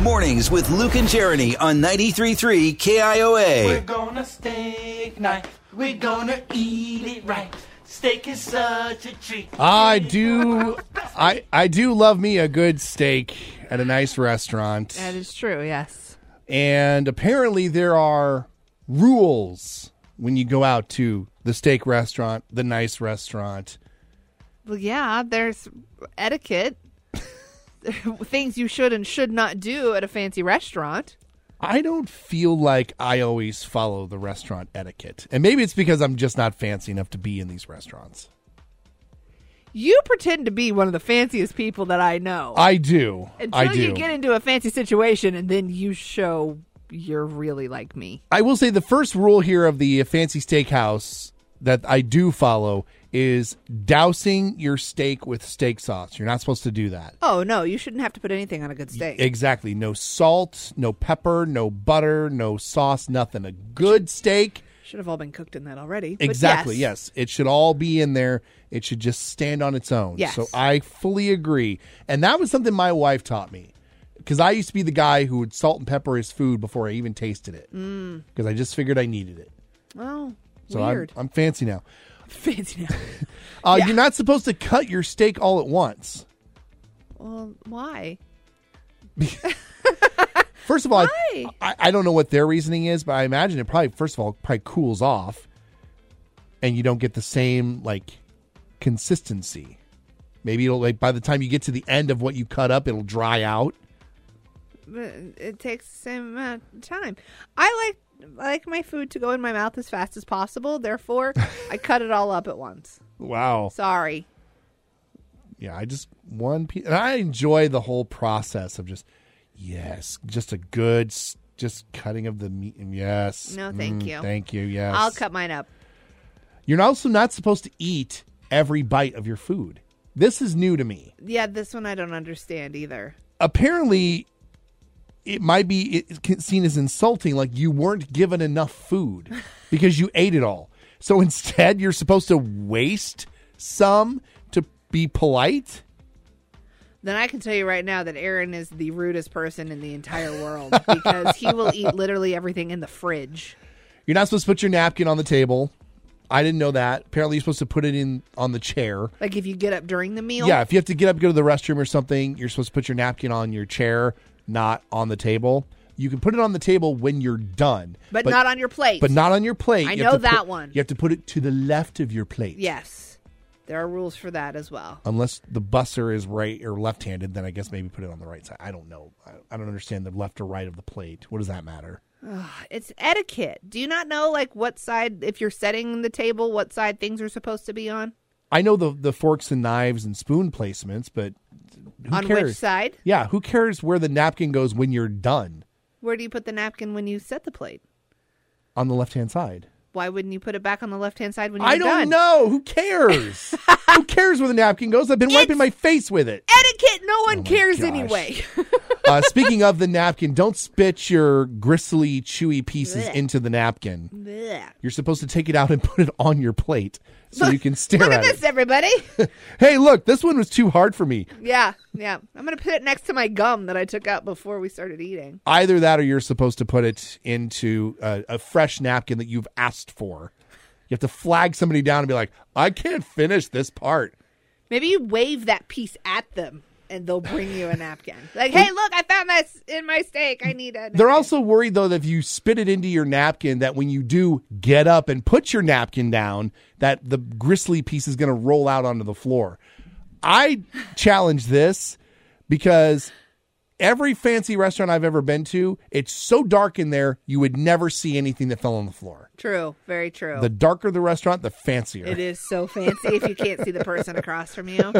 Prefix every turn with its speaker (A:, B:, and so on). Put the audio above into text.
A: Mornings with Luke and Jeremy on 93.3
B: We're
A: KIOA.
B: gonna steak night. We're gonna eat it right. Steak is such a treat.
C: I do, I I do love me a good steak at a nice restaurant,
D: That is true, yes.
C: and apparently there are rules when you go out to the steak restaurant, the nice restaurant.
D: Well, yeah, there's etiquette. Things you should and should not do at a fancy restaurant.
C: I don't feel like I always follow the restaurant etiquette, and maybe it's because I'm just not fancy enough to be in these restaurants.
D: You pretend to be one of the fanciest people that I know.
C: I do,
D: Until
C: I do.
D: you get into a fancy situation and then you show you're really like me.
C: I will say the first rule here of the fancy steakhouse that I do follow is dousing your steak with steak sauce. You're not supposed to do that.
D: Oh, no, you shouldn't have to put anything on a good steak.
C: Exactly. No salt, no pepper, no butter, no sauce, nothing. A good steak.
D: should have all been cooked in that already. but
C: Exactly. Yes. It should all be in there. It should just stand on its own.
D: Yes.
C: So I fully agree. And that was something my wife taught me because I used to be the guy who would salt and pepper his food before I even tasted it because I just figured I needed it.
D: Oh,
C: So I'm,
D: Mm. weird.
C: I'm fancy now.
D: fancy now.
C: Uh,
D: Yeah.
C: You're not supposed to cut your steak all at once.
D: well, why?
C: First of all, I,
D: Why?
C: I, I don't know what their reasoning is, but I imagine it probably, first of all, probably cools off and you don't get the same like consistency. Maybe it'll like by the time you get to the end of what you cut up, it'll dry out.
D: but it takes the same amount of time. I like I like my food to go in my mouth as fast as possible. Therefore, I cut it all up at once.
C: Wow.
D: Sorry.
C: Yeah, I just one piece. And I enjoy the whole process of just yes, just a good s- just cutting of the meat. and Yes. Mm,
D: No, thank you.
C: Thank you. Yes.
D: I'll cut mine up.
C: You're also not supposed to eat every bite of your food. This is new to me.
D: Yeah, this one I don't understand either.
C: Apparently, it might be it- it's seen as insulting, like you weren't given enough food because you ate it all. So instead, you're supposed to waste some to be polite.
D: Then I can tell you right now that Aaron is the rudest person in the entire world because he will eat literally everything in the fridge.
C: You're not supposed to put your napkin on the table. I didn't know that. Apparently, you're supposed to put it in on the chair.
D: Like if you get up during the meal.
C: Yeah, if you have to get up, go to the restroom or something, you're supposed to put your napkin on your chair, not on the table. You can put it on the table when you're done,
D: But, not on your plate.
C: but not on your plate.
D: I
C: You have
D: know
C: to put-
D: that one.
C: You have to put it to the left of your plate.
D: Yes. There are rules for that as well.
C: Unless the busser is right or left-handed, then I guess maybe put it on the right side. I don't know. I, I don't understand the left or right of the plate. What does that matter?
D: It's etiquette. Do you not know like what side if you're setting the table, what side things are supposed to be on?
C: I know the the forks and knives and spoon placements, but who
D: on
C: cares?
D: which side?
C: Yeah, who cares where the napkin goes when you're done
D: Where do you put the napkin when you set the plate?
C: on the left-hand side?
D: Why wouldn't you put it back on the left hand side when you're
C: I don't
D: done?
C: know. Who cares? Who cares where the napkin goes? I've been wiping my face with it.
D: Etiquette. No one cares
C: Oh gosh.
D: anyway.
C: Uh, speaking of the napkin, don't spit your gristly, chewy pieces
D: Blech.
C: into the napkin.
D: Blech.
C: You're supposed to take it out and put it on your plate so you can stare
D: Look
C: at
D: at
C: it.
D: this, everybody.
C: Hey, look, this one was too hard for me.
D: yeah, yeah. I'm gonna put it next to my gum that I took out before we started eating.
C: Either that or you're supposed to put it into a, a fresh napkin that you've asked for. You have to flag somebody down and be like, I can't finish this part.
D: Maybe you wave that piece at them and they'll bring you a napkin. Like, hey, look, I found that s- in my steak. I need a. Napkin.
C: They're also worried though that if you spit it into your napkin, that when you do get up and put your napkin down, that the gristly piece is going to roll out onto the floor. I challenge this because every fancy restaurant I've ever been to, it's so dark in there you would never see anything that fell on the floor.
D: true. Very true.
C: The darker the restaurant, the fancier.
D: It is so fancy if you can't see the person across from you.